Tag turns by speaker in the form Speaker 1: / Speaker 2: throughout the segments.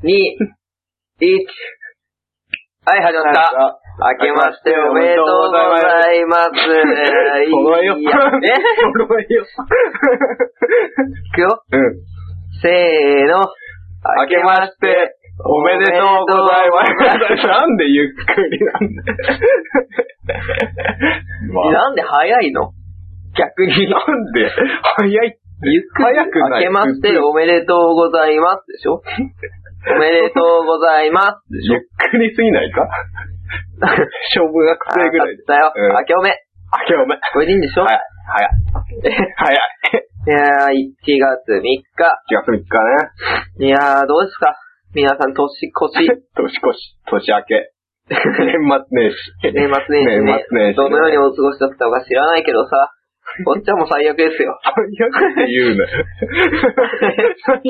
Speaker 1: 3、2、1。はい、始まった。明けましておめでとうござい ます。
Speaker 2: 揃えよ
Speaker 1: いや ね。
Speaker 2: 揃えよ。
Speaker 1: いくよ。
Speaker 2: うん。
Speaker 1: せーの。
Speaker 2: 明けまして、おめでとうございます。なんでゆっくりなんだ
Speaker 1: 明けまして。
Speaker 2: まあ
Speaker 1: なんで早いの逆に。
Speaker 2: なんで早い
Speaker 1: ゆっくり。
Speaker 2: 早くない
Speaker 1: 明けましておめでとうございます。でしょおめでとうござい ます。でし
Speaker 2: ゆっくりすぎないか
Speaker 1: ょ
Speaker 2: 小学生ぐらいで。
Speaker 1: だよ。
Speaker 2: うん
Speaker 1: 明けおめ。
Speaker 2: あ、今日おめ。
Speaker 1: これでいいんでしょ
Speaker 2: 早い。早い。早い。
Speaker 1: いやー、1月3日。
Speaker 2: 4月3日ね。
Speaker 1: いやー、どうですか皆さん、年越し。
Speaker 2: 年越し、年明け。年末年
Speaker 1: 年末年
Speaker 2: 始。
Speaker 1: 始
Speaker 2: 年末年
Speaker 1: ね。
Speaker 2: 始。
Speaker 1: どのようにお過ごしだったのか知らないけど さ。おっちゃんも最悪ですよ。
Speaker 2: 最悪って言うな。最悪って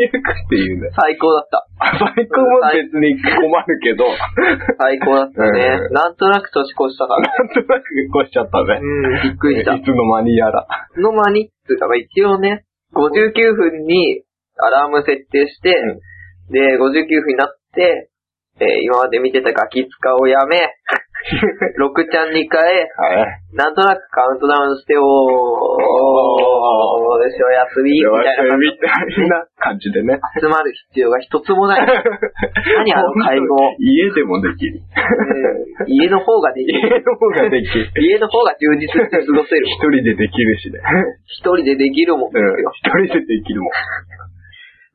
Speaker 2: 言うな。
Speaker 1: 最高だった。
Speaker 2: 最高は別に困るけど、な
Speaker 1: 最高だったね。
Speaker 2: う
Speaker 1: なんとなく年越したから。
Speaker 2: んとなく越しちゃったね。
Speaker 1: うん、びっくりした。
Speaker 2: いつの間にやら。
Speaker 1: の間に、つうか、まあ一応ね、59分にアラーム設定して、で、59分になって、えー今まで見てたガキ使をや め、6ちゃんに変え、
Speaker 2: はい。
Speaker 1: なんとなくカウントダウンして、おー、おーですよ、休み、み
Speaker 2: み
Speaker 1: たいな感じ。
Speaker 2: たいな感じでね。
Speaker 1: 集まる必要が一つもない。 何あの会合。
Speaker 2: 家でもできる。
Speaker 1: うん 家の方ができ
Speaker 2: 家
Speaker 1: る。
Speaker 2: の方ができる。
Speaker 1: 家の方が充実して過ごせる
Speaker 2: 一。人でできるしね。
Speaker 1: 一人でできるもんで
Speaker 2: う
Speaker 1: す
Speaker 2: ん
Speaker 1: よ。。
Speaker 2: 一人でできるもん。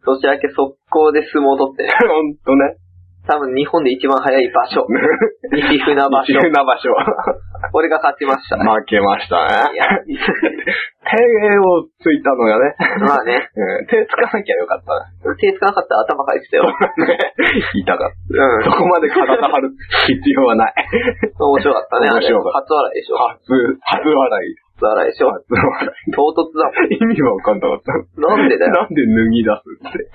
Speaker 1: 年明け速攻で相撲取ってね。
Speaker 2: ほんとね。
Speaker 1: 多分日本で一番早い場所。西船 橋。
Speaker 2: 自由な場所。
Speaker 1: 俺が勝ちましたね。
Speaker 2: 負けました
Speaker 1: い
Speaker 2: ね
Speaker 1: や。
Speaker 2: 手をついたのがね。
Speaker 1: まあね、
Speaker 2: うん手つかなきゃよかったな。
Speaker 1: 手つかなかったら頭返してたよ。
Speaker 2: ね 痛かっ
Speaker 1: うん
Speaker 2: た。そ。こまで体張る必要はない。
Speaker 1: 面白かったね。あれ
Speaker 2: 面白か
Speaker 1: 初笑いでしょ。
Speaker 2: 初、初笑い。
Speaker 1: 初笑いでしょ。
Speaker 2: 初笑
Speaker 1: 唐突だ
Speaker 2: い。意味わかんなかった。
Speaker 1: もん。なんでだよ。
Speaker 2: なんで脱ぎ出すって。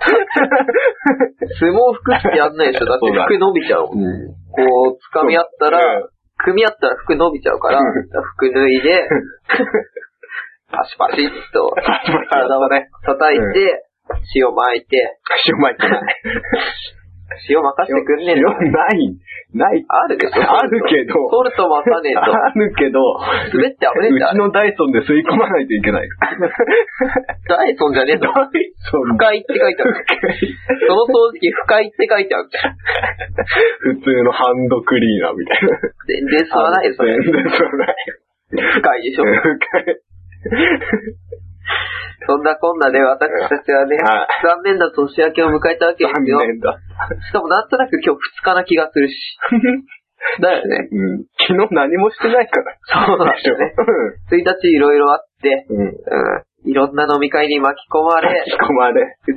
Speaker 1: 相撲服ってやんないでしょ。だって
Speaker 2: そうだ
Speaker 1: 服伸びちゃうもん。
Speaker 2: うん。
Speaker 1: こう、掴み合ったら、
Speaker 2: うん、
Speaker 1: 組み合ったら服伸びちゃうから
Speaker 2: うん、
Speaker 1: 服脱い で、パシパシっと
Speaker 2: パシパシっと
Speaker 1: 体をね、叩いて、塩巻いて、
Speaker 2: 塩巻いて ない。
Speaker 1: 塩巻かしてくんねえの
Speaker 2: 塩ない、ない。
Speaker 1: あるでしょ
Speaker 2: あるけど
Speaker 1: ソルト巻か ねえと。
Speaker 2: あるけど、
Speaker 1: 滑って危ねえん
Speaker 2: う
Speaker 1: だよあ
Speaker 2: ち
Speaker 1: れ。
Speaker 2: のダイソンで吸い込まないといけない。
Speaker 1: ダイソンじゃねえ
Speaker 2: ダ
Speaker 1: の。
Speaker 2: イソン
Speaker 1: 不快って書いてある。その掃除機不快って書いてある。
Speaker 2: 普通のハンドクリーナーみたいな。
Speaker 1: 全然吸わないよ、それ。
Speaker 2: 全然吸わない。
Speaker 1: 不快でしょ。
Speaker 2: は
Speaker 1: そんなこんなで私たちはね、
Speaker 2: はい
Speaker 1: 残念な年明けを迎えたわけで
Speaker 2: い残
Speaker 1: すよ。
Speaker 2: 念だ。
Speaker 1: しかもなんとなく今日2日な気がするし。だよね。
Speaker 2: うん。昨日何もしてないから。
Speaker 1: そうなんですよね。1日いろいろあって、
Speaker 2: うん。
Speaker 1: うん。いろんな飲み会に巻き込ま れ、
Speaker 2: 引き込まれ。
Speaker 1: 2日、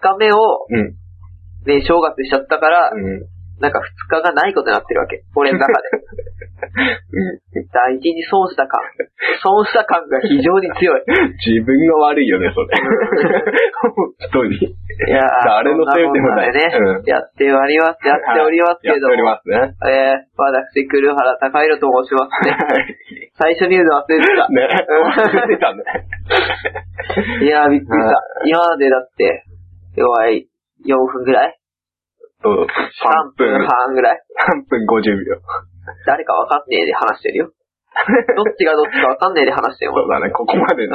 Speaker 1: 2日目を、
Speaker 2: うん。
Speaker 1: ね、正月しちゃったから、
Speaker 2: うん。
Speaker 1: なんか2日がないことになってるわけ。俺の中で。
Speaker 2: うん。
Speaker 1: 大事に損した感。損した感が非常に強い。
Speaker 2: 自分が悪いよね、それ。 本当に。
Speaker 1: いやー
Speaker 2: 誰のせいでもな
Speaker 1: そ
Speaker 2: い
Speaker 1: んなこんなでね、
Speaker 2: うん
Speaker 1: やっております、やっておりますけど
Speaker 2: やっておりますね。
Speaker 1: えー、私、黒原高弘と申します ね。最初に言うの忘れてた。
Speaker 2: ね。忘れてたね。
Speaker 1: いやー、びっくりした。今までだって、弱い4分ぐらい
Speaker 2: そう。
Speaker 1: ?3
Speaker 2: 3
Speaker 1: 分
Speaker 2: 分。
Speaker 1: 半ぐらい
Speaker 2: 3分50秒。
Speaker 1: 誰かわかんねえで話してるよ。どっちがどっちかわかんねえで話してる
Speaker 2: そ
Speaker 1: もん
Speaker 2: う。だね、ここま でね。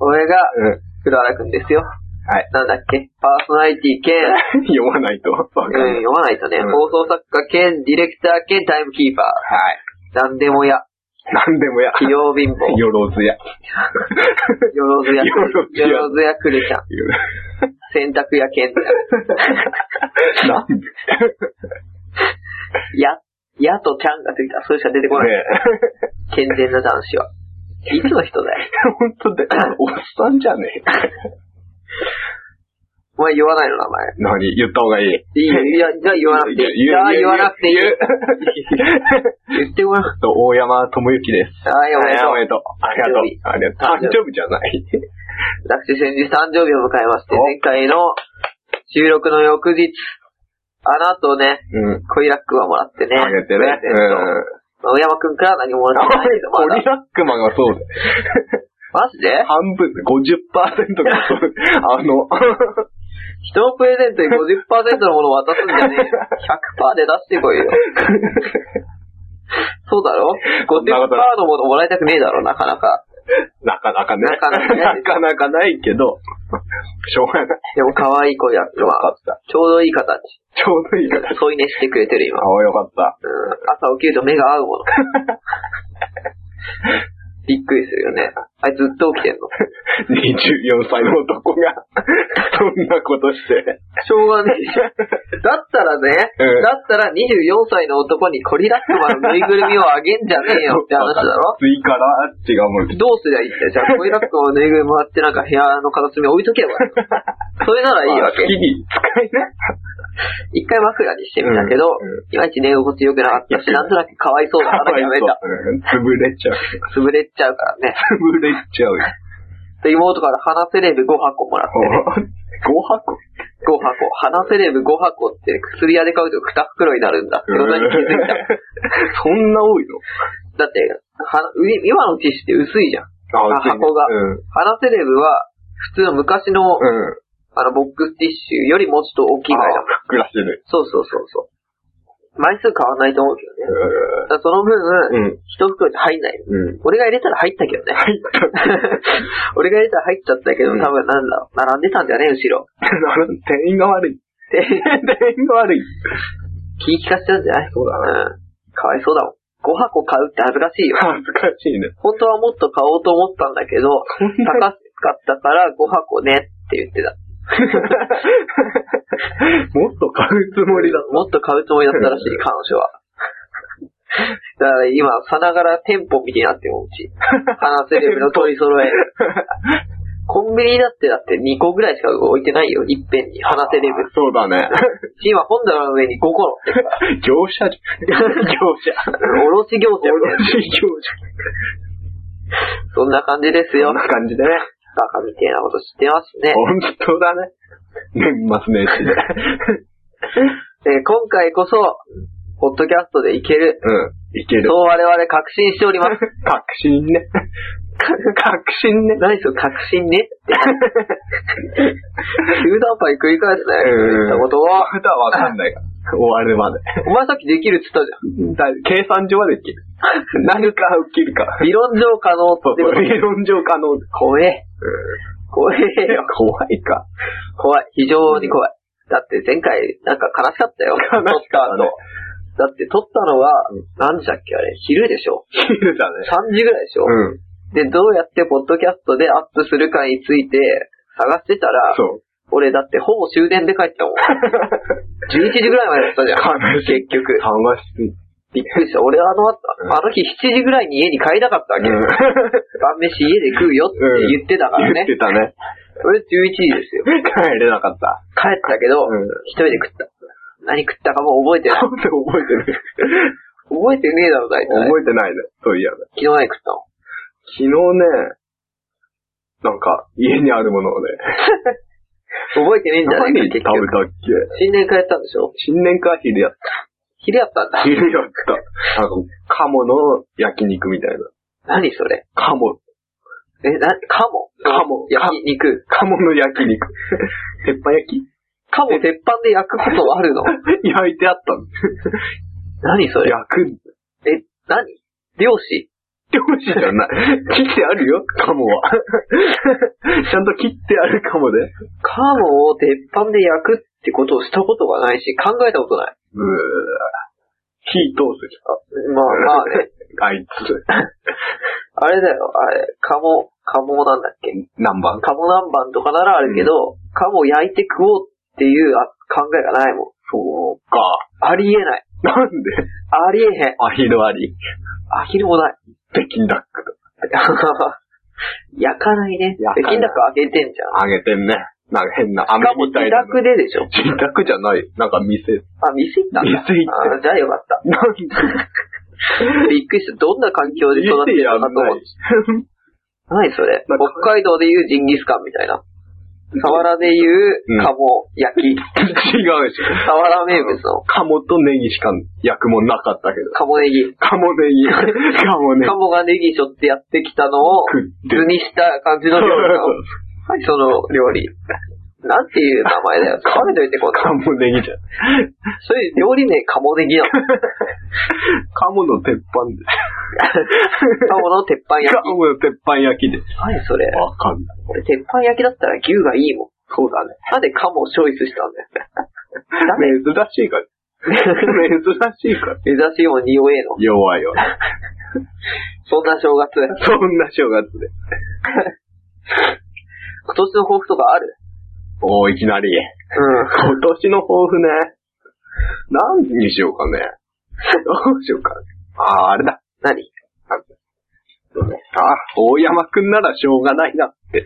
Speaker 1: 俺が
Speaker 2: うん。
Speaker 1: 黒原くんですよ。
Speaker 2: はい。
Speaker 1: なんだっけパーソナリ ティ兼、
Speaker 2: 読まないとわかん
Speaker 1: うん
Speaker 2: ない。、
Speaker 1: 読まないとね、
Speaker 2: うん
Speaker 1: 放送作家兼、ディレクター兼、タイムキーパー。
Speaker 2: は
Speaker 1: な
Speaker 2: い。
Speaker 1: んでもや、
Speaker 2: 何でもや。
Speaker 1: 企業貧 乏、よ
Speaker 2: よろずや。
Speaker 1: ろずや、
Speaker 2: よろずや
Speaker 1: よろずやくるちゃん、洗濯やけんち
Speaker 2: なんでね
Speaker 1: ゃん。や、やとちゃんがついた。それしか出てこない。健全な男子は。いつの人だよ。
Speaker 2: 本当で、おっさんじゃねえ。
Speaker 1: お前言わないの名前。
Speaker 2: 何言った方がいい。
Speaker 1: いいいや、じゃあ言わなくていい。じゃあ言わなくていい。言ってごらん。
Speaker 2: と、大山智之です。
Speaker 1: はい、おめでとう。
Speaker 2: でとう。ありがとう。ありがとう。誕生日じゃない。
Speaker 1: 私先日誕生日を迎えまして、
Speaker 2: お
Speaker 1: 前回の収録の翌日、あの後ね、
Speaker 2: うん。
Speaker 1: コイラックはもらってね。
Speaker 2: あげて
Speaker 1: プ
Speaker 2: ね。
Speaker 1: レゼントまあ上山くんから何ももらってない けど、ま
Speaker 2: コリ
Speaker 1: だ。
Speaker 2: ラックマンがそうだよ。
Speaker 1: マジで
Speaker 2: 半分、50%がそう。あの、
Speaker 1: 人のプレゼント に50%のものを渡すんじゃねえよ。100%で出してこいよ。そうだろ ?50% のものもらいたくねえだろ、なかなか。
Speaker 2: なか なかね。
Speaker 1: なかなかね
Speaker 2: なかなかないけど、しょうがない。
Speaker 1: でも可愛い子やん
Speaker 2: よか
Speaker 1: は、
Speaker 2: った。
Speaker 1: ちょうどいい形。
Speaker 2: ちょうどいいから。
Speaker 1: 添い寝してくれてる今。
Speaker 2: ああ、よかった。
Speaker 1: うん朝起きると目が合うもの。 びっくりするよね。あいつずっと起きてんの。
Speaker 2: 24歳の男が、そんなことして。
Speaker 1: しょうがねえじゃん。だったらね、
Speaker 2: うん
Speaker 1: だったら24歳の男にコリラックマのぬいぐるみをあげんじゃねえよって話だろ
Speaker 2: 次から違うもん。
Speaker 1: どうすりゃいいんだよ。じゃあコリラックマのぬいぐるみもらってなんか部屋の片隅に置いとけばいいの。それならいいわけ
Speaker 2: 好。きに使いな。
Speaker 1: 一回枕にしてみたけど、
Speaker 2: うん
Speaker 1: いまいち寝心地良くなかったし、なんとなくかわいそうだからやめ た。
Speaker 2: うん潰れちゃう。
Speaker 1: 潰れちゃうからね。
Speaker 2: 潰れちゃうよ。
Speaker 1: で妹から鼻セレブ5箱もらってね。
Speaker 2: 5箱
Speaker 1: 5箱。鼻セレブ5箱って薬屋で買うと2袋になるんだってことに気づいた。
Speaker 2: そんな多いの
Speaker 1: だって、は上今のティッシュって薄いじゃん。あ箱が
Speaker 2: うん。
Speaker 1: 鼻セレブは普通の昔の、
Speaker 2: うん。
Speaker 1: あのボックスティッシュよりもちょっと大きいぐらいだもん。
Speaker 2: あふっくらしてる。
Speaker 1: そうそうそうそう。枚数変わんないと思うけどね。だからその分、
Speaker 2: うん。
Speaker 1: 一袋に入んない。
Speaker 2: うん。
Speaker 1: 俺が入れたら入ったけどね。
Speaker 2: 入った。
Speaker 1: 俺が入れたら入っちゃったけど、
Speaker 2: うん
Speaker 1: 多分なんだろう。並んでたんじゃねえ、後ろ。
Speaker 2: 店員が悪い。
Speaker 1: で、
Speaker 2: 店員が悪い。
Speaker 1: 気ぃ利かせたんじゃない
Speaker 2: そうだな。
Speaker 1: うん。かわいそうだもん。5箱買うって恥ずかしいよ。
Speaker 2: 恥ずかしいね。
Speaker 1: 本当はもっと買おうと思ったんだけ ど、高かったから5箱ねって言ってた。
Speaker 2: もっと買うつもりだ。
Speaker 1: もっと買うつもりだったらしい、彼女は。だから今、さながら店舗みたいになってもうち。話せレベルの取り 揃え。コンビニだってだって2個ぐらいしか置いてないよ、いっぺんに。話せレベル。
Speaker 2: そうだね。
Speaker 1: 今、本棚の上に5個のってるか
Speaker 2: 業者、業者。
Speaker 1: ら。卸業 者みたいな。
Speaker 2: 卸業者。
Speaker 1: そんな感じですよ。
Speaker 2: そん
Speaker 1: バ
Speaker 2: な感じでね。
Speaker 1: カみたいなこと知ってますね。
Speaker 2: 本当だね。年末年 始で。
Speaker 1: で今回こそ、ポッドキャストでいける。
Speaker 2: うん。いける。
Speaker 1: そう我々確信しております。
Speaker 2: 確信ね。 確信ね。
Speaker 1: 何それ確信ねって。中途半端に繰り返すね。言ったことを。
Speaker 2: まだわかんないが。 終わるまで。
Speaker 1: お前さっきできるって言ったじゃ
Speaker 2: だ計算上はできる。 何か起きるか。
Speaker 1: ん。理論上可能って
Speaker 2: そう
Speaker 1: こ
Speaker 2: そう
Speaker 1: と。
Speaker 2: 理論上可能。
Speaker 1: 怖え。怖えよ。
Speaker 2: 怖いか。
Speaker 1: 怖い。非常に怖い。だって前回なんか悲しかったよ。
Speaker 2: 悲しかったね
Speaker 1: 撮った後だって撮ったのは
Speaker 2: うん、
Speaker 1: 何時だっけあれ昼でしょ
Speaker 2: 昼だね。
Speaker 1: ?3 時ぐらいでしょ、
Speaker 2: うん。
Speaker 1: で、どうやってポッドキャストでアップするかについて探してたら、
Speaker 2: そう。
Speaker 1: 俺だってほぼ終電で帰ったもん。11時ぐらいまでだったじゃん。
Speaker 2: 悲しい。
Speaker 1: 結局。
Speaker 2: 楽しい。
Speaker 1: びっくりした。俺はあの後
Speaker 2: う、ん
Speaker 1: あの日7時ぐらいに家に帰りたかったわけ。
Speaker 2: うん
Speaker 1: 晩飯家で食うよって言ってたから
Speaker 2: 言っ
Speaker 1: ね。
Speaker 2: てたね。
Speaker 1: 俺11時ですよ。
Speaker 2: 帰れなかった。
Speaker 1: 帰ったけど、
Speaker 2: うん
Speaker 1: 一人で食った。何食ったかも覚えてない。
Speaker 2: なんで覚えてる
Speaker 1: 覚えてねえだろ、大体。
Speaker 2: 覚えてないね。そういやね。
Speaker 1: 昨日何食ったの
Speaker 2: 昨日ね、なんか、家にあるものをね、
Speaker 1: 覚えてねえんじゃない
Speaker 2: 何
Speaker 1: か、
Speaker 2: 食べ
Speaker 1: 結
Speaker 2: たっ
Speaker 1: 局。
Speaker 2: け
Speaker 1: 新年会やったんでしょ
Speaker 2: 新年会昼やっ
Speaker 1: 昼やったん
Speaker 2: た。
Speaker 1: だ。
Speaker 2: 昼やった。なんか、鴨の焼肉みたいな。
Speaker 1: 何それ
Speaker 2: 鴨。
Speaker 1: え、な、カモ
Speaker 2: カモ
Speaker 1: 焼き肉。
Speaker 2: 鴨の焼肉。 鉄板焼き
Speaker 1: カモ鉄板で焼くことあるの
Speaker 2: 焼いてあったの。
Speaker 1: 何それ
Speaker 2: 焼くんだ。
Speaker 1: え、何漁師
Speaker 2: 漁師じゃない。 切ってあるよ、鴨は。 ちゃんと切ってある鴨で。
Speaker 1: カモを鉄板で焼くってことをしたことがないし、考えたことない。
Speaker 2: うー。火通すじ
Speaker 1: まあまあね。
Speaker 2: ゃん。あいつ。
Speaker 1: あれだよ、あれ、カモ、カモなんだっけ
Speaker 2: 何番
Speaker 1: カモ南蛮とかならあるけど、カモ焼いて食おうっていうあ考えがないもん。
Speaker 2: そうか。
Speaker 1: ありえない。
Speaker 2: なんで
Speaker 1: ありえへん。
Speaker 2: アヒルアリ。
Speaker 1: アヒルもない。
Speaker 2: 北京ダックと。
Speaker 1: 焼かないね。
Speaker 2: 焼かな
Speaker 1: 北
Speaker 2: い
Speaker 1: 京ダックあげてんじゃん。
Speaker 2: あげてんね。なんか変な
Speaker 1: し
Speaker 2: 飴
Speaker 1: かも
Speaker 2: みた
Speaker 1: 自
Speaker 2: いな。
Speaker 1: 宅ででしょ。
Speaker 2: 自宅じゃない。なんか店。
Speaker 1: あ、店行ったんだ。
Speaker 2: 店行
Speaker 1: あ
Speaker 2: った
Speaker 1: じゃあよかった。
Speaker 2: なんで
Speaker 1: びっくりした。どんな環境で育って
Speaker 2: 店
Speaker 1: た
Speaker 2: や
Speaker 1: のか
Speaker 2: ん
Speaker 1: と
Speaker 2: な
Speaker 1: 思っ
Speaker 2: い
Speaker 1: て。。何それ
Speaker 2: なんか
Speaker 1: 北海道でいうジンギスカンみたいな。サワラでいう
Speaker 2: うん
Speaker 1: カモ焼き。
Speaker 2: 違うし。
Speaker 1: サワラ名物の
Speaker 2: 鴨とネギしか焼くもんなかったけど。
Speaker 1: カモネギ。
Speaker 2: 鴨ネギ。鴨ネギ
Speaker 1: カ。モがネギしょってやってきたのを
Speaker 2: 食って
Speaker 1: 図にした感じの料理なの。はい、その料理。なんていう名前だよ。食べといてこ
Speaker 2: カ
Speaker 1: の。
Speaker 2: モネギじゃん。
Speaker 1: それ料理名カモネギなの。
Speaker 2: カモの鉄板で。
Speaker 1: カモの鉄板焼
Speaker 2: カ
Speaker 1: き。
Speaker 2: モの鉄板焼きで。
Speaker 1: 何それ。
Speaker 2: わかんない。
Speaker 1: 俺鉄板焼きだったら牛がいいもん。
Speaker 2: そうだね。
Speaker 1: なんでカモをチョイスしたんだよ。ダメ。
Speaker 2: 珍しいから。珍しいから。
Speaker 1: 珍しいもんに弱えの。
Speaker 2: 弱いよ。
Speaker 1: そんな正月。今
Speaker 2: そんな正月で。
Speaker 1: 年の抱負とかある
Speaker 2: おー、いきなり。
Speaker 1: うん。
Speaker 2: 今年の抱負ね。何にしようかね。どうしようか。あー、あれだ。
Speaker 1: 何
Speaker 2: あ、大山くんならしょうがないなって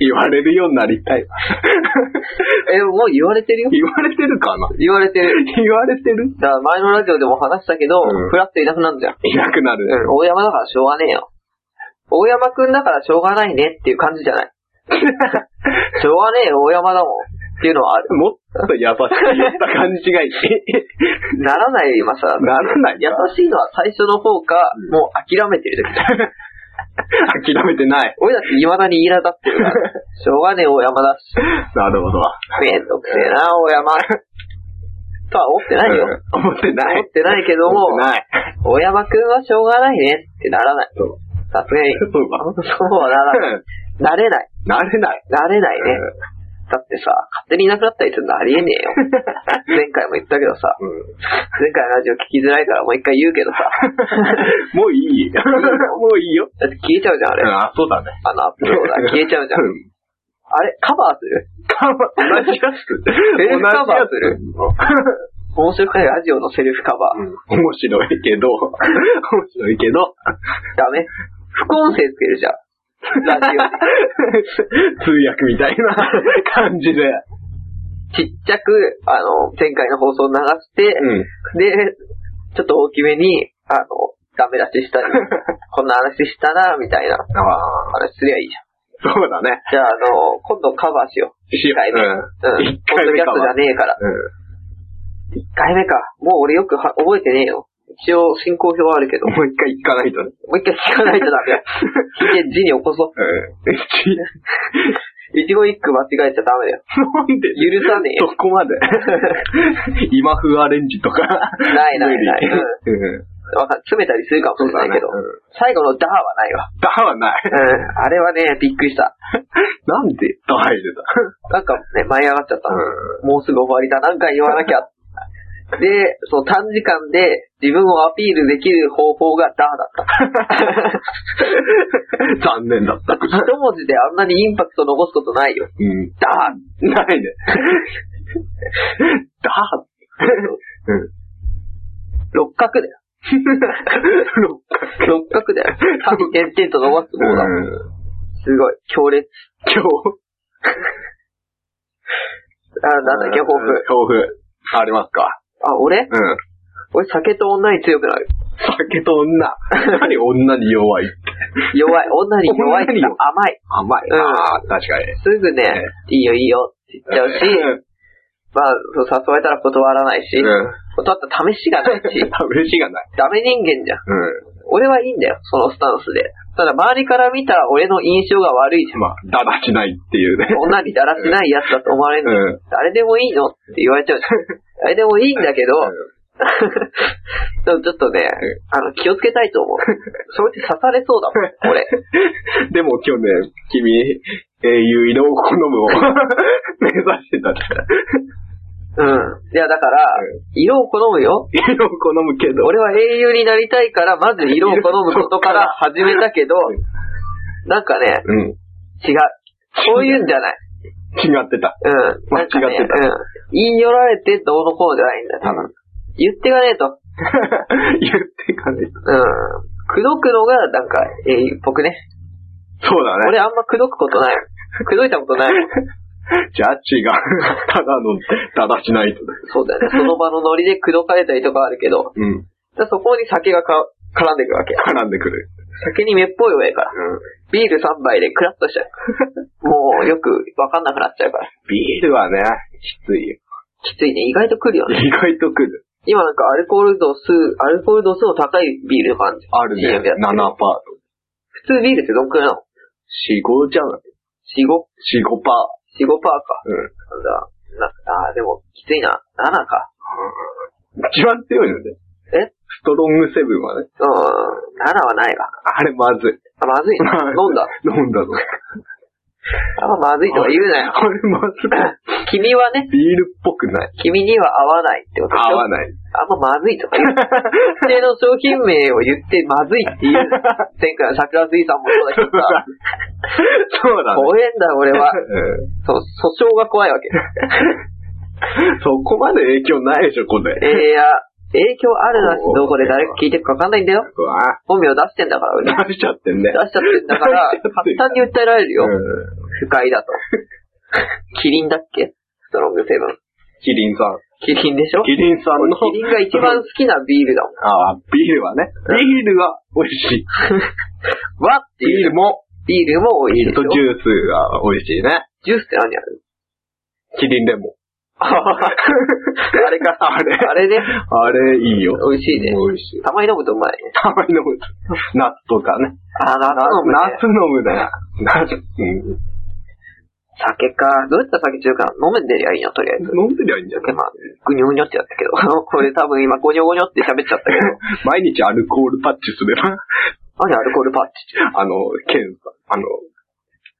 Speaker 2: 言われるようになりたいわ。
Speaker 1: え、もう言われてるよ。
Speaker 2: 言われてるかな
Speaker 1: 言われてる。
Speaker 2: 言われてる
Speaker 1: だから前のラジオでも話したけど、
Speaker 2: うん
Speaker 1: フラッといなくなるじゃん。
Speaker 2: いなくなる。
Speaker 1: うん、大山だからしょうがねえよ。大山くんだからしょうがないねっていう感じじゃない。しょうがねえよ、大山だもん。っていうのはある。
Speaker 2: もっと優しく言った感じがいい。
Speaker 1: ならないよ、今さら。
Speaker 2: ならない
Speaker 1: 優
Speaker 2: か。
Speaker 1: しいのは最初の方か、もう諦めてる時だ。
Speaker 2: 諦めてない。
Speaker 1: 俺だって未だに苛立って るから。しょうがねえ、大山だし。
Speaker 2: なるほど。
Speaker 1: めんどくせえな、大 山。とは思ってないよ。
Speaker 2: うん思ってない。
Speaker 1: 思ってないけども
Speaker 2: 思ってない。
Speaker 1: 大山くんはしょうがないねってならない。
Speaker 2: そう。
Speaker 1: さすが に。
Speaker 2: そうか。
Speaker 1: そうはな らない。なれない。
Speaker 2: なれない。
Speaker 1: なれないね。
Speaker 2: う
Speaker 1: だってさ、勝手にいなくなったりするのありえね えよ。前回も言ったけどさ、
Speaker 2: んうん
Speaker 1: 前回のラジオ聞きづらいからもう一回言うけどさ、
Speaker 2: もうい い。もういいよ。
Speaker 1: だって消えちゃうじゃん、あ
Speaker 2: う
Speaker 1: れ。
Speaker 2: んあ、そうだね。
Speaker 1: あのアップローダ ー消えちゃうじゃん。
Speaker 2: うん
Speaker 1: あれ、カバーする
Speaker 2: カバー、同じやつ。
Speaker 1: セルフカバーする
Speaker 2: 同じや
Speaker 1: 面白くないラジオのセルフカバー。
Speaker 2: つうん面白いけど、面白いけど、
Speaker 1: ダメ。副音声つけるじゃん。ラジ オ
Speaker 2: 通訳みたいな感じで。
Speaker 1: に。ちっちゃく、あの、前回の放送を流して、
Speaker 2: うん。
Speaker 1: で、ちょっと大きめに、あの、ダメ出しし たり、こんな話したな、みたいな
Speaker 2: ああ、
Speaker 1: 話すりゃいいじゃん。
Speaker 2: そうだね。
Speaker 1: じゃあ、あの、今度カバーしよう。
Speaker 2: しよ
Speaker 1: 回目
Speaker 2: う。
Speaker 1: うん。
Speaker 2: うん。一回
Speaker 1: ポッド
Speaker 2: 目
Speaker 1: キャス
Speaker 2: か
Speaker 1: トじゃ
Speaker 2: は。
Speaker 1: ねえから。
Speaker 2: う
Speaker 1: 1回目か。もう俺よくは覚えてねえよ。一応進行表はあるけど、
Speaker 2: ん。もう一回行かないと。うん。
Speaker 1: も う一回聞かないとダメ だ。聞いて字に起こそ一期一句間違えちゃダメだよ。
Speaker 2: なんで
Speaker 1: 許さねえよ。
Speaker 2: そこ まで。今風アレンジとか。
Speaker 1: ないないない
Speaker 2: 無理うん。
Speaker 1: わかん詰めたりするかもしれないけど。
Speaker 2: うん
Speaker 1: 最後のダーはないわ。
Speaker 2: だはない。
Speaker 1: うん。あれはね、びっくりした。
Speaker 2: なんでだ入るだ。
Speaker 1: なんかね、舞い上がっちゃったの。
Speaker 2: う
Speaker 1: もうすぐ終わりだ。なんか言わなきゃ。で、その短時間で自分をアピールできる方法がダーだった。
Speaker 2: 残念だった。
Speaker 1: 一文字であんなにインパクト残すことないよ。
Speaker 2: うん。
Speaker 1: ダー
Speaker 2: ないね。だ。うん。
Speaker 1: 六角だよ。
Speaker 2: 六角。
Speaker 1: 六角だよ。三点々と伸ばす方だ。
Speaker 2: うん。
Speaker 1: すごい。強烈。
Speaker 2: 今日。
Speaker 1: あ、なんだっけ、抱負。
Speaker 2: 抱負。ありますか
Speaker 1: あ、俺
Speaker 2: うん。
Speaker 1: 俺酒と女に強くなる。
Speaker 2: 酒と女。何女に弱いって。
Speaker 1: 弱い。女に弱いって
Speaker 2: 女に弱い
Speaker 1: 甘い。
Speaker 2: 甘い。
Speaker 1: うん
Speaker 2: ああ、確かに。
Speaker 1: すぐね、いいよいいよって言っちゃうし、まあ、そう誘われたら断らないし、
Speaker 2: うん。
Speaker 1: 断ったら試しがない し、
Speaker 2: 嬉しがない。
Speaker 1: ダメ人間じゃん。
Speaker 2: う
Speaker 1: 俺はいいんだよ、そのスタンスで。ただ、周りから見た俺の印象が悪いじゃん
Speaker 2: ん。。まあ、だらしないっていうね。
Speaker 1: 女にだらしないやつだと思われる
Speaker 2: う
Speaker 1: の。
Speaker 2: ん。
Speaker 1: 誰でもいいのって言われちゃうじゃん。誰でもいいんだけど、 でもちょっとね、あの、気をつけたいと思う。それって刺されそうだもん、 俺。
Speaker 2: うん でも今日ね、君、英雄色を好むを 目指してたから。
Speaker 1: うん。いや、だから、色を好むよ。
Speaker 2: 色を好むけど。
Speaker 1: 俺は英雄になりたいから、まず色を好むこと から始めたけど、なんかね、
Speaker 2: うん。
Speaker 1: 違う。そういうんじゃない。
Speaker 2: 違ってた。
Speaker 1: うん。
Speaker 2: 間
Speaker 1: な
Speaker 2: 違
Speaker 1: んかね
Speaker 2: ってた
Speaker 1: うん。言い寄られてどうのこうのじゃないんだよ、多分。言ってかねえと。
Speaker 2: 言ってかないと。
Speaker 1: うん。口説くのが、なんか、英雄っぽくね。
Speaker 2: そうだね。
Speaker 1: 俺あんま口説くことない。口説いたこと ない。
Speaker 2: じゃあ違う。ただの、だらしないと。
Speaker 1: そうだよね。その場のノリで口説かれたりとかあるけど、
Speaker 2: うん。
Speaker 1: だからそこに酒がか絡んでくるわけ。
Speaker 2: 絡んでくる。
Speaker 1: 酒にめっぽい上から。
Speaker 2: うん。
Speaker 1: ビール3杯でクラッとしちゃ う。もうよくわかんなくなっちゃうから。
Speaker 2: ビールはね、きついよ。
Speaker 1: きついね。意外と来るよね。
Speaker 2: 意外とくる。
Speaker 1: 今なんかアルコール度数、アルコール度数の高いビールがあるじゃん
Speaker 2: あるね。
Speaker 1: CM やって
Speaker 2: 7%。
Speaker 1: 普通ビールってどんくらいなの
Speaker 2: 4、5じゃない
Speaker 1: ?4、5?
Speaker 2: 四五パ
Speaker 1: 5%か。
Speaker 2: うん。
Speaker 1: なんだ。なんかあー、でも、きついな。7か。
Speaker 2: 一番強いので。
Speaker 1: え
Speaker 2: ストロングセブンはね。
Speaker 1: うん。7はないわ。
Speaker 2: あれまずい。
Speaker 1: あ、まずいな。 飲んだ。
Speaker 2: 飲んだぞ。
Speaker 1: あ、まずいとか言うなよ。
Speaker 2: あれまずい。
Speaker 1: 君はね、
Speaker 2: ビールっぽくない。
Speaker 1: 君には合わないってことでしょ
Speaker 2: 合わ ない。
Speaker 1: あんままずいとか言う。特定の商品名を言ってまずいって言う。前回の桜水産もそうだけどさ、
Speaker 2: そうだね。
Speaker 1: 怖えんだ俺 は。
Speaker 2: うん
Speaker 1: そう、訴訟が怖いわけ。
Speaker 2: そこまで影響ないでしょ、これ。
Speaker 1: えー、いや、影響あるなし、どこで誰か聞いてるかわかんないんだよ。
Speaker 2: うわ
Speaker 1: 本名出してんだ から、俺。
Speaker 2: 出しちゃってんね。
Speaker 1: 出しちゃってんだから、
Speaker 2: 出しちゃって
Speaker 1: 簡単
Speaker 2: るから
Speaker 1: に訴えられるよ。
Speaker 2: うん
Speaker 1: 不快だと。キリンだっけストロングセブン。
Speaker 2: キリンさん。
Speaker 1: キリンでしょキ
Speaker 2: キリンさんの。
Speaker 1: リンが一番好きなビールだもん。
Speaker 2: ああ、ビールはね。ビールは美味しい。
Speaker 1: わって
Speaker 2: ビ
Speaker 1: い
Speaker 2: ー
Speaker 1: う。
Speaker 2: ルも、
Speaker 1: ビールも美味しい
Speaker 2: ジ
Speaker 1: で
Speaker 2: ュ
Speaker 1: しょ。
Speaker 2: ースが美味しいね。
Speaker 1: ジュースって何ある
Speaker 2: キリンレモン。
Speaker 1: あれか。
Speaker 2: あれ
Speaker 1: あれね。
Speaker 2: あれ、いいよ。
Speaker 1: 美味しいね。
Speaker 2: 美味しい。
Speaker 1: たまに飲むとうまいね。
Speaker 2: たまに飲むと。夏とかね。
Speaker 1: あ、夏飲むね
Speaker 2: 夏。飲む ね。夏、うん
Speaker 1: 酒か。どうやったら酒中かな飲めんでりゃいいの、とりあえず。
Speaker 2: 飲んでりゃいいんじゃない
Speaker 1: まあ、ぐにょぐにょってやったけど。 これ多分今、ごにょごにょって喋っちゃったけど。
Speaker 2: 毎日アルコールパッチすれば、
Speaker 1: 何アルコールパッチって。
Speaker 2: あの、検査、あの、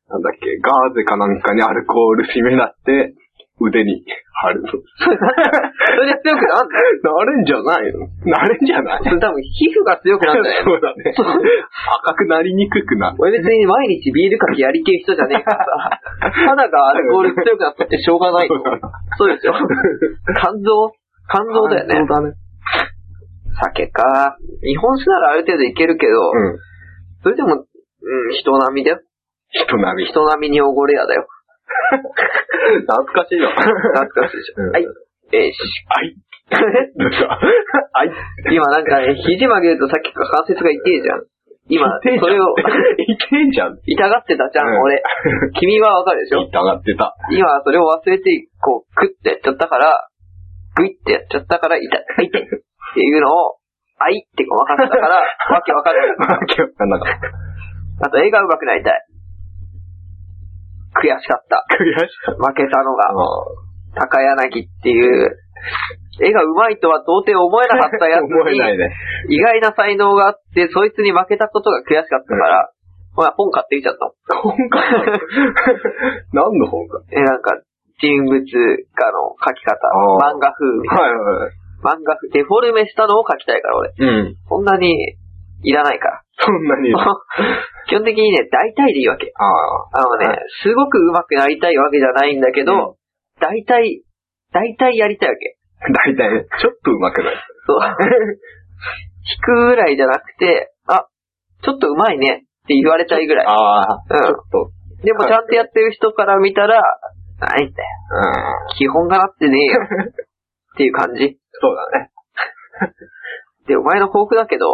Speaker 2: なんだっけ、ガーゼかなんかにアルコール締めだって、腕に貼るの。
Speaker 1: それで強くなんだよ。
Speaker 2: なれんじゃないのなれんじゃない
Speaker 1: それ多分、皮膚が強くなんだよ。
Speaker 2: そう だね。赤くなりにくくなる。
Speaker 1: 俺別に毎日ビールかきやりきる人じゃねえからさ。 肌がアルコール強くなったってしょうがないの。 そうですよ。肝臓肝臓だよね。
Speaker 2: そうだね。
Speaker 1: 酒か。日本酒ならある程度いけるけど、
Speaker 2: うん。
Speaker 1: それでも、うん、人並みだよ。
Speaker 2: 人並み。
Speaker 1: 人並みにおごれやだよ。
Speaker 2: 懐かしいよ。
Speaker 1: 懐かしいでしょ。
Speaker 2: うん
Speaker 1: はい。えーし
Speaker 2: はい。 どうしたはい。
Speaker 1: 今なんかね、肘曲げるとさっきから関節が痛いじゃん。 今、
Speaker 2: 痛えじゃん
Speaker 1: それを
Speaker 2: いけんじゃん。
Speaker 1: 痛がってたじゃん、
Speaker 2: うん
Speaker 1: 俺。君はわかるでしょ
Speaker 2: 痛がってた。
Speaker 1: 今、それを忘れて、こう、クッてやっちゃったから、グイってやっちゃったから、痛い、痛いっていうのを、あいってごまかしたから、わけわかんない。
Speaker 2: わけわかんなかった。
Speaker 1: あと、絵が上手くなりたい。悔しかった。
Speaker 2: 悔しかっ
Speaker 1: 負けたの
Speaker 2: た。
Speaker 1: が、高柳っていう、絵が上手いとは到底思えなかったやつ
Speaker 2: 思え
Speaker 1: に
Speaker 2: な、いね。
Speaker 1: 意外な才能があって、そいつに負けたことが悔しかったから、ほら、本買ってきちゃったもん。
Speaker 2: 本か。何の本か。
Speaker 1: え、なんか、人物画の描き方
Speaker 2: あ、ー
Speaker 1: 漫画風みたいな。
Speaker 2: はいはい。
Speaker 1: 漫画風、デフォルメしたのを描きたいから、俺。
Speaker 2: うん。
Speaker 1: そんなに、いら ないか
Speaker 2: そんなに。あ
Speaker 1: ら。基本的にね、大体でいいわけ。
Speaker 2: あ。
Speaker 1: あのね、
Speaker 2: はい
Speaker 1: すごく上手くなりたいわけじゃないんだけど、
Speaker 2: うん
Speaker 1: 大体、大体やりたいわけ。
Speaker 2: 大体ね、ちょっと上手くない。
Speaker 1: そう。 弾くぐらいじゃなくて、あ、ちょっと上手いねって言われたいぐらい。
Speaker 2: ああ。
Speaker 1: うん
Speaker 2: ちょっと。
Speaker 1: でもちゃんとやってる人から見たら、ないんだよ。
Speaker 2: うん。
Speaker 1: 基本がなってねえよ。っていう感じ。
Speaker 2: そうだね。
Speaker 1: で、お前の抱負だけど、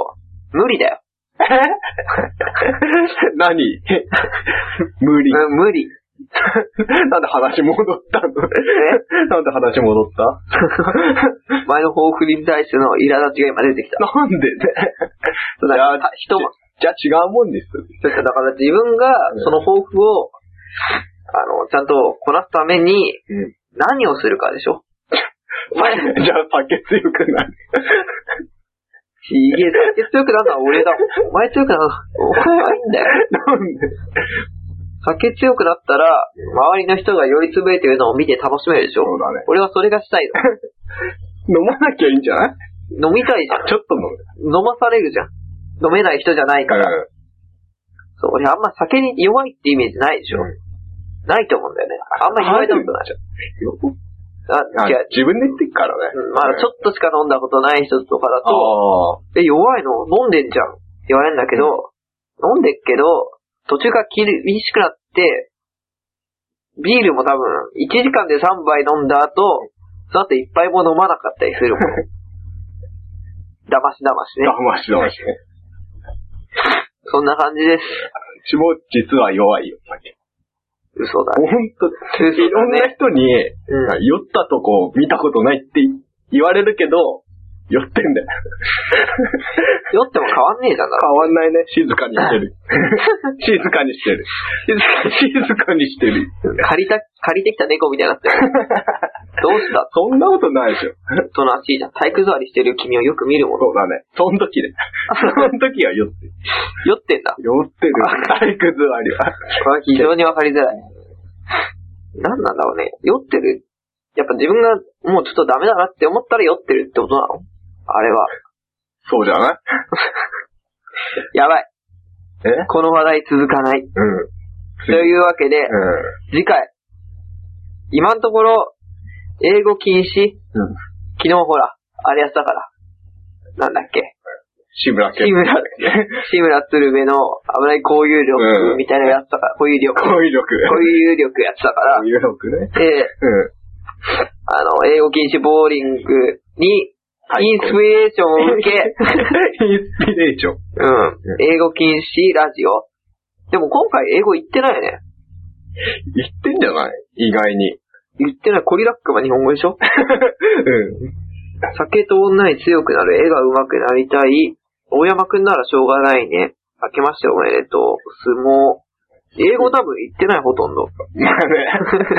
Speaker 1: 無理だよ。
Speaker 2: 何無理。
Speaker 1: うん無理。
Speaker 2: なんで話戻ったのなんで話戻った
Speaker 1: お前の抱負に対しての苛立ちが今出てきた。
Speaker 2: なんでね。
Speaker 1: そうだから、人も、
Speaker 2: じゃあ違うもんです。
Speaker 1: だから自分がその抱負を、あの、ちゃんとこなすために
Speaker 2: うん、
Speaker 1: 何をするかでしょ。お前、
Speaker 2: じゃあ酒強くなる。
Speaker 1: いや、強くなるのは 俺だもん。お前強くなるのは、お前はいいんだよ。
Speaker 2: なんで
Speaker 1: 酒強くなったら、周りの人が酔いつぶれてるのを見て楽しめるでし
Speaker 2: そう
Speaker 1: ょ。
Speaker 2: だね。
Speaker 1: 俺はそれがしたい
Speaker 2: 飲まなきゃいいんじゃない
Speaker 1: の。飲みたいじゃん。
Speaker 2: ちょっと飲む。
Speaker 1: 飲まされるじゃん。飲めない人じゃないから。
Speaker 2: う
Speaker 1: そう、俺あんま酒に弱いってイメージないでしょ。
Speaker 2: うん
Speaker 1: ないと思うんだよね。あんま言われたことない。
Speaker 2: ん。
Speaker 1: あ、
Speaker 2: あ
Speaker 1: 違う。
Speaker 2: 自分で言ってっからね。
Speaker 1: うんまだちょっとしか飲んだことない人とかだと、
Speaker 2: と。
Speaker 1: え、弱いの飲んでんじゃん。って言われるんだけど、飲んでっけど、途中から厳しくなって、ビールも多分、1時間で3杯飲んだ後、その後1杯も飲まなかったりす るもん。だましだましね
Speaker 2: ああ。。騙し騙しね。
Speaker 1: そんな感じです。
Speaker 2: うちも実は弱いよ、酒。
Speaker 1: 嘘だ
Speaker 2: ほ
Speaker 1: ね。
Speaker 2: んと、いろんな人に、
Speaker 1: うん
Speaker 2: 酔ったとこ見たことないって言われるけど、寄ってんだよ。
Speaker 1: 酔っても変わんねえじゃんだろ。
Speaker 2: 変わんないね。静かにして る。静かにしてる。静か、静かにしてる。
Speaker 1: 借りた、借りてきた猫みたいにな ってる。どうした
Speaker 2: そんなことないでしょ。
Speaker 1: ずっとなしいじゃん。体育座りしてる君をよく見るもの。
Speaker 2: そうだね。そん時で。 そん時は酔ってる。
Speaker 1: 酔ってんだ。
Speaker 2: 酔ってる。体育座りは。
Speaker 1: これは非常にわかりづらい。なんなんだろうね。酔ってる。やっぱ自分がもうちょっとダメだなって思ったら酔ってるってことなのあれは。
Speaker 2: そうじゃない
Speaker 1: やばい。
Speaker 2: え
Speaker 1: この話題続かない。
Speaker 2: うん。
Speaker 1: というわけで、
Speaker 2: う
Speaker 1: 次回。今のところ、英語禁止
Speaker 2: ん。うん。
Speaker 1: 昨日ほら、あれやってたから。なんだっけ
Speaker 2: 志村けん。
Speaker 1: 志村、志村鶴瓶の危ない交友
Speaker 2: う
Speaker 1: 力
Speaker 2: ん
Speaker 1: みたいなのやってたから、交友力。交
Speaker 2: 語彙力。
Speaker 1: 友力やってたから
Speaker 2: 語、彙力ね。
Speaker 1: で、
Speaker 2: うん。
Speaker 1: あの、英語禁止ボーリングに、
Speaker 2: はい
Speaker 1: インスピレーションを受 け、
Speaker 2: インスピレーション。
Speaker 1: うん、英語禁止ラジオ。でも今回英語言ってないよね。
Speaker 2: 言ってんじゃない意外に。
Speaker 1: 言ってない。コリラックは日本語で しょ
Speaker 2: うん。
Speaker 1: 酒と女に強くなる、絵が上手くなりたい。大山くんならしょうがないね。明けましておめでとう。相撲。英語多分言ってない、ほとんど。
Speaker 2: まあね。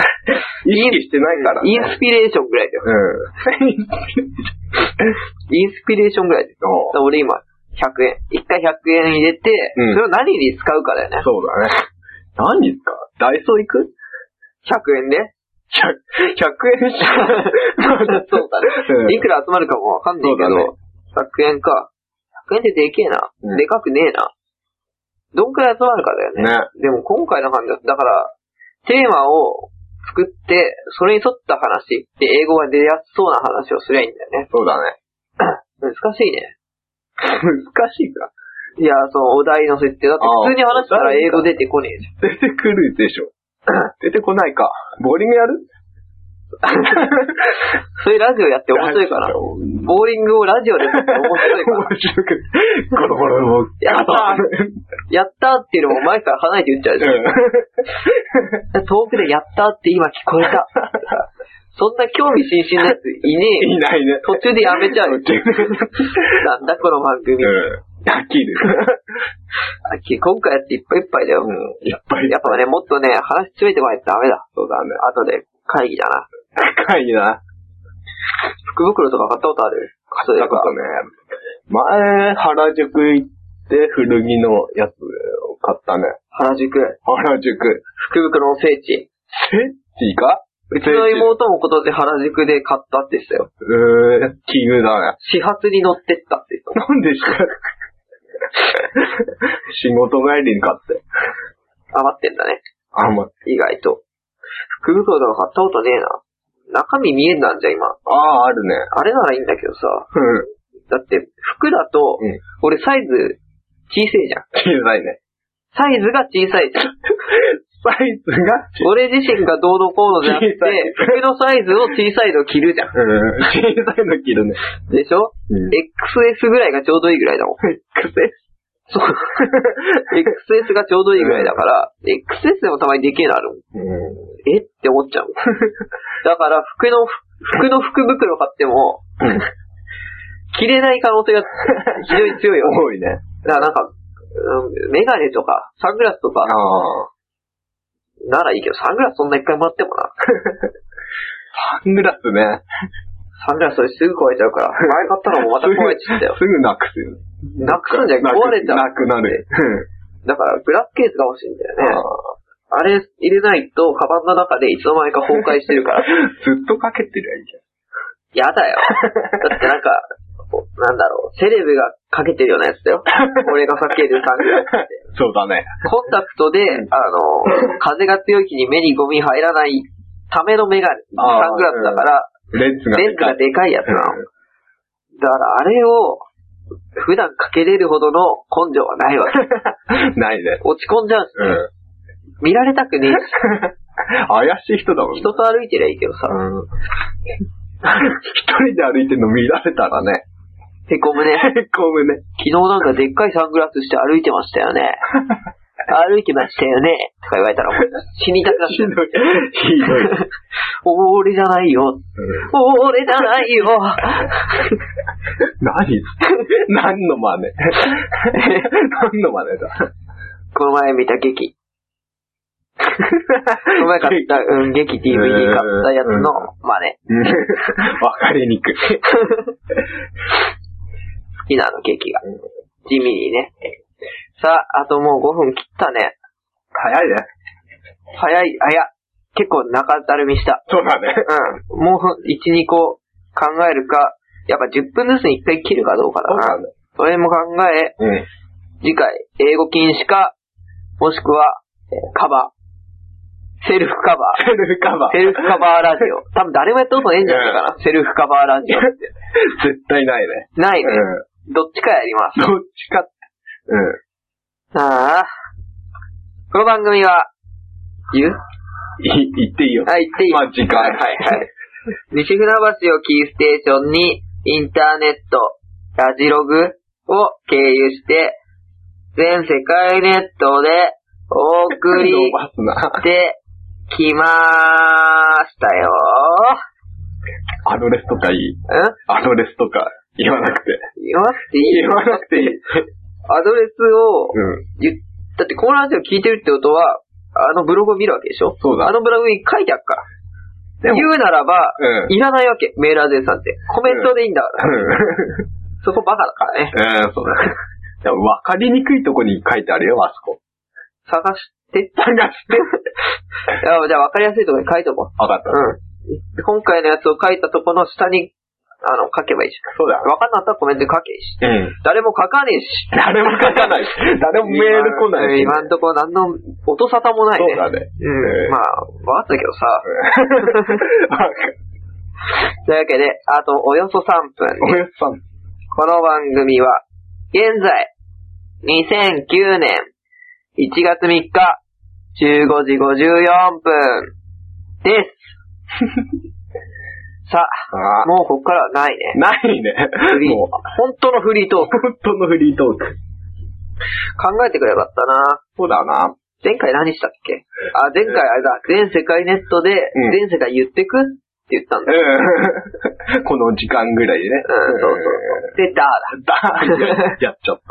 Speaker 2: 意識してないからね。
Speaker 1: インスピレーションぐらいだよ。
Speaker 2: うん。
Speaker 1: インスピレーションぐらいだよ。だから俺今、100円。一回100円入れて、
Speaker 2: うん
Speaker 1: それを何に使うかだよね。
Speaker 2: そうだね。何ですかダイソー行く
Speaker 1: 100円で
Speaker 2: ?100、100円しか。
Speaker 1: そうだ
Speaker 2: うん
Speaker 1: ね。いくら集まるかもわかんないけど、
Speaker 2: そうだね
Speaker 1: 100円か。100円ってでけえな。
Speaker 2: うん
Speaker 1: でかくねえな。どんくらい集まるかだよね。
Speaker 2: ね。
Speaker 1: でも今回の感じは、だから、テーマを作って、それに沿った話、で、英語が出やすそうな話をすりゃいいんだよね。
Speaker 2: そうだね。
Speaker 1: 難しいね。
Speaker 2: 難しいか。
Speaker 1: いや、そのお題の設定だって、
Speaker 2: ああ
Speaker 1: 普通に話したら
Speaker 2: お題か
Speaker 1: 英語出てこねえじゃん。
Speaker 2: 出てくるでしょ。出てこないか。ボーリングやる
Speaker 1: そういうラジオやって面白いかな。
Speaker 2: 面
Speaker 1: ボーリングをラジオでやって面白いか な。
Speaker 2: 白く。ゴロゴロ、もう、
Speaker 1: やったー
Speaker 2: うん
Speaker 1: やったーっていうのも前から離れて言っちゃうじゃん。遠くでやったって今聞こえ た。そんな興味津々なやついねえよ。
Speaker 2: いないね。
Speaker 1: 途中でやめちゃうよ。
Speaker 2: 途 中
Speaker 1: なんだこの番組。
Speaker 2: うん。飽きる。
Speaker 1: あき今回やっていっぱいいっぱいだよ。
Speaker 2: いっぱい。
Speaker 1: やっぱね、もっとね、話詰めてもらえとダメだ。
Speaker 2: そうだね。
Speaker 1: 後で会議だな。
Speaker 2: 高いな。
Speaker 1: 福袋とか買ったことある
Speaker 2: そういうことね。前、原宿行って古着のやつを買ったね。
Speaker 1: 原宿、
Speaker 2: 原宿。
Speaker 1: 福袋の聖地。
Speaker 2: セッティか
Speaker 1: うちの妹も今年原宿で買ったって言ってたよ。
Speaker 2: うーん、奇遇だね。
Speaker 1: 始発に乗ってったって言ってた。
Speaker 2: なんでしか仕事帰りに買って。
Speaker 1: 余ってんだね。
Speaker 2: あ、ま、
Speaker 1: 意外と。福袋とか買ったことねえな。中身見えんなんじゃん、今。
Speaker 2: ああ、あるね。
Speaker 1: あれならいいんだけどさ。
Speaker 2: うん。
Speaker 1: だって、服だと
Speaker 2: うん、
Speaker 1: 俺サイズ小さいじゃん。
Speaker 2: 小さいね。
Speaker 1: サイズが小さいじゃん。
Speaker 2: サイズが小
Speaker 1: 俺自身がどうのこうのじゃなくて
Speaker 2: 小さい、
Speaker 1: 服のサイズを小さいの着るじゃん。
Speaker 2: うん、小さいの着るね。
Speaker 1: でしょ
Speaker 2: うん
Speaker 1: ?XS ぐらいがちょうどいいぐらいだもん。 そう。XS がちょうどいいぐらいだから、XS でもたまにでけえのあるもん。
Speaker 2: う
Speaker 1: えって思っ ちゃうもん。だから、服の、服の福袋買っても、
Speaker 2: ん。
Speaker 1: 着れない可能性が非常に強いよ。
Speaker 2: 多いね。
Speaker 1: だからなんか、うんメガネとか、サングラスとか
Speaker 2: あ、あ。
Speaker 1: ならいいけど、サングラスそんな一回もらってもな。
Speaker 2: サングラスね。
Speaker 1: サングラスそれすぐ壊れちゃうから、前買ったのもまた壊れちゃった よ。
Speaker 2: すぐなくすよね。
Speaker 1: なくすんじゃなくて壊れちゃう
Speaker 2: なくなる。
Speaker 1: だから、グラスケースが欲しいんだよ
Speaker 2: う
Speaker 1: ね。あれ入れないと、カバンの中でいつの間にか崩壊してる から。
Speaker 2: んずっとかけてりゃいいじ
Speaker 1: やだよ。だってなんか、こうなんだろう、セレブがかけてるようなやつだよ。俺がかけるサングラスって。
Speaker 2: ゃん。そうだね。
Speaker 1: コンタクトで、あの、風が強い日に目にゴミ入らないためのメガネ、
Speaker 2: あー
Speaker 1: サングラスだから、
Speaker 2: レンズが
Speaker 1: レンズがでかいやつなの。だからあれを、普段かけれるほどの根性はないわ け。
Speaker 2: うんないね。
Speaker 1: 落ち込んじゃうし、
Speaker 2: うん。
Speaker 1: 見られたくねえし、
Speaker 2: 怪しい人だもんね。
Speaker 1: 人と歩いてりゃいいけどさ、
Speaker 2: うん。一人で歩いてるの見られたらね。
Speaker 1: へこむね。
Speaker 2: へこむね。
Speaker 1: 昨日なんかでっかいサングラスして歩いてましたよ ね。歩いてましたよね。とか言われたら もう死にたくなっ
Speaker 2: ひ
Speaker 1: ちゃ
Speaker 2: ど
Speaker 1: う
Speaker 2: い。ひどい。
Speaker 1: お俺じゃないよ。俺じゃないよ。
Speaker 2: 何 何の真似 何の真似だ
Speaker 1: この前見た劇。この前買った、うん、劇 DVD 買ったやつの、まあね、
Speaker 2: わかりにくい。
Speaker 1: 好きなの、劇が。地味にね。さあ、あともう5分切ったね。
Speaker 2: 早いね。
Speaker 1: 早い、あ、いや、結構中だるみした。
Speaker 2: そうだね。
Speaker 1: うん。もう1、2個考えるか、やっぱ10分ずつに1回切るかどうかだな。
Speaker 2: ね。
Speaker 1: それも考え、
Speaker 2: うん。
Speaker 1: 次回、英語禁止か、もしくは、えーカバー。セルフカバ
Speaker 2: セルフカバ
Speaker 1: ー。
Speaker 2: ー。
Speaker 1: セルフカバーラジ オ。多分誰もやったことないんじゃないかな。セルフカバーラジオって。
Speaker 2: 絶対ないね。
Speaker 1: ないうね。どっちかやります。
Speaker 2: ん。どっちか。うん。
Speaker 1: ああ。この番組は、言う
Speaker 2: い、言っていいよ。
Speaker 1: はい、言っていい
Speaker 2: まあ、時間。
Speaker 1: はいはい はい。西船橋をキーステーションに、インターネット、ラジログを経由して、全世界ネットでお送り
Speaker 2: 伸ばすな。
Speaker 1: してきまーしたよ
Speaker 2: アドレスとかい
Speaker 1: ー。
Speaker 2: い。
Speaker 1: ん
Speaker 2: アドレスとか言わなくて。
Speaker 1: 言わなくていい
Speaker 2: 言わなくていい。
Speaker 1: アドレスを
Speaker 2: うん。
Speaker 1: 言っ、だってこのラジオ聞いてるってことは、あのブログを見るわけでしょ
Speaker 2: そうだ
Speaker 1: あのブログに書いてあるから。
Speaker 2: でも
Speaker 1: 言うならば、
Speaker 2: うん。
Speaker 1: いらないわけ、メールアドレスなんて。コメントでいいんだから。そこバカだからね。
Speaker 2: うん、そうだね。でも分かりにくいとこに書いてあるよ、あそこ。
Speaker 1: 探して。
Speaker 2: 探 して。
Speaker 1: あじゃあ分かりやすいところに書いとこ
Speaker 2: 分かった
Speaker 1: う。。うん。今回のやつを書いたとこの下に、あの、書けばいいし。
Speaker 2: そうだ。
Speaker 1: 分かんなかったらコメントに書けばいいし。
Speaker 2: うん。
Speaker 1: 誰も書かねえし。
Speaker 2: 誰も書かないし。 誰もメール来ないし。
Speaker 1: 今のところ何の音沙汰もない
Speaker 2: そ
Speaker 1: ね。
Speaker 2: うだね。
Speaker 1: うん。 まあ、分かったけどさ。
Speaker 2: う
Speaker 1: というわけで、あとおよそ3分で
Speaker 2: んおやつさん。
Speaker 1: この番組は、現在、2009年1月3日、15時54分 です。さ
Speaker 2: あ
Speaker 1: あ、
Speaker 2: あ。
Speaker 1: もうこっからはないね。
Speaker 2: ないね。
Speaker 1: フリー
Speaker 2: もう、
Speaker 1: 本当のフリートーク。
Speaker 2: 本当のフリートーク。
Speaker 1: 考えてくればよかったな。
Speaker 2: そうだな。
Speaker 1: 前回何したっけあ、前回あれだ、全世界ネットで、
Speaker 2: ん
Speaker 1: 全世界言ってくって言ったんだ。
Speaker 2: うん。 この時間ぐらいね。
Speaker 1: うん、そうそうそう。で、だーだ。
Speaker 2: だーやっちゃった。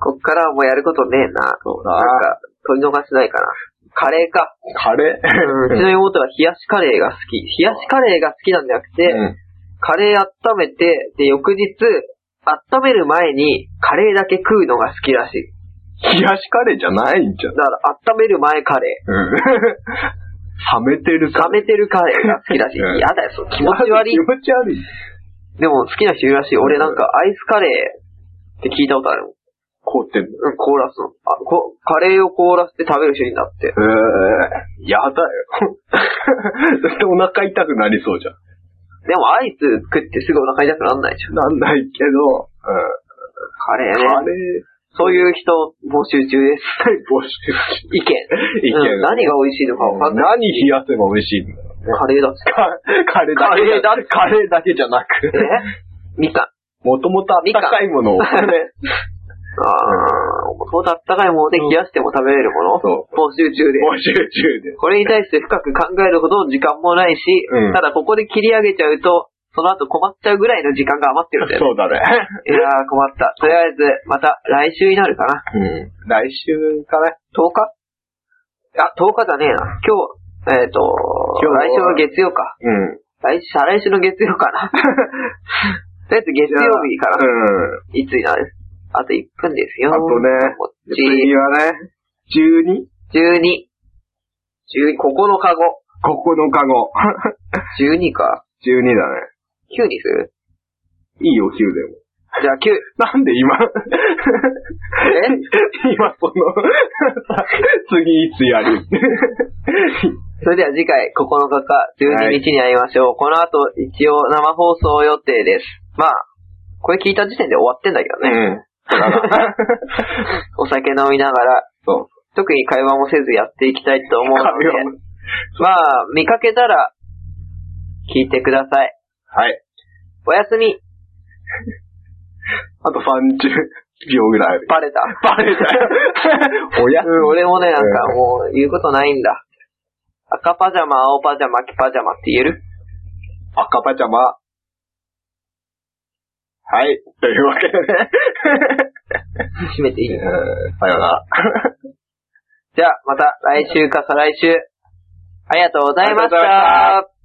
Speaker 1: こっからはもうやることねえな。
Speaker 2: そう
Speaker 1: なんか、取り逃しないかな。カレーか。
Speaker 2: カレ
Speaker 1: うんうち
Speaker 2: ー
Speaker 1: の妹は冷やしカレーが好き。冷やしカレーが好きなんじゃなくて、
Speaker 2: うん
Speaker 1: カレー温めて、で、翌日、温める前にカレーだけ食うのが好きらしい。
Speaker 2: 冷やしカレーじゃないんじゃん
Speaker 1: だ。から、温める前カレ
Speaker 2: うん。冷めてる
Speaker 1: ー。冷めてるカレーが好きらしい。
Speaker 2: うん
Speaker 1: やだよ、その気持ち悪い
Speaker 2: 気。持ち悪い。
Speaker 1: でも好きな人いるらしい。俺なんかアイスカレーって聞いたことあるもん。
Speaker 2: 凍ってる。
Speaker 1: うん、凍らすの。あこカレーを凍らせて食べる人になって。
Speaker 2: ええやだよ。だってお腹痛くなりそうじゃん。
Speaker 1: でもアイス食ってすぐお腹痛くなんないじゃん。
Speaker 2: なんないけど、
Speaker 1: カレ
Speaker 2: うん。
Speaker 1: ー
Speaker 2: カ
Speaker 1: ね。
Speaker 2: レー、
Speaker 1: そういう人募集中です。
Speaker 2: 募集し
Speaker 1: 意見。
Speaker 2: 意
Speaker 1: うん
Speaker 2: 見
Speaker 1: 何が美味しいのかわかんない。
Speaker 2: 何冷やせば美味しいんだろうね
Speaker 1: カレーだっつって。
Speaker 2: カカレーだけじゃ。カレーだけじゃなく。
Speaker 1: え みかん。
Speaker 2: もともとあったかいものを。
Speaker 1: あー、もとあったかいもので冷やしても食べれるもの、
Speaker 2: そう
Speaker 1: 募集中で。
Speaker 2: 募集中で。
Speaker 1: これに対して深く考えるほど時間もないし、
Speaker 2: うん
Speaker 1: ただここで切り上げちゃうと、その後困っちゃうぐらいの時間が余ってるんだよね。
Speaker 2: そうだね。
Speaker 1: いやー、困った。とりあえず、また来週になるかな。
Speaker 2: うん。来週かな。
Speaker 1: 10日あ、10日じゃねえな。今日、えっ、と、
Speaker 2: 今日
Speaker 1: 来週の月曜か。
Speaker 2: うん。
Speaker 1: 来週、再来週の月曜か な。とりあえず月曜日か
Speaker 2: う
Speaker 1: な。
Speaker 2: ん。
Speaker 1: いつになるあと1分ですよ。
Speaker 2: あとね
Speaker 1: こっち
Speaker 2: 次はね、12?
Speaker 1: 12。12、9日後。
Speaker 2: 9日後。
Speaker 1: 12か。
Speaker 2: 12だね。
Speaker 1: 9にする
Speaker 2: いいよ、昼でも。
Speaker 1: じゃあ9。
Speaker 2: なんで今
Speaker 1: え
Speaker 2: 今その、 次いつやる
Speaker 1: それでは次回9日か12日に会いましょう。この後一応生放送予定です。まあ、これ聞いた時点で終わってんだけど
Speaker 2: う
Speaker 1: ね。
Speaker 2: ん。だから、
Speaker 1: お酒飲みながら、
Speaker 2: そう。
Speaker 1: 特に会話もせずやっていきたいと思うので、まあ、見かけたら、聞いてください。
Speaker 2: はい。
Speaker 1: おやすみ、
Speaker 2: あと30秒ぐらいある。
Speaker 1: バレ た。
Speaker 2: バレたよ。おや
Speaker 1: うん、俺もね、なんかもう言うことないんだ。赤パジャマ、青パ ジャマ、黄パジャマって言える
Speaker 2: 赤パジャマ。はい。というわけでね。
Speaker 1: 閉めていい
Speaker 2: えーさよなら。
Speaker 1: じゃあ、また来週か再来週、ありがとうございまし。
Speaker 2: ありがとうございました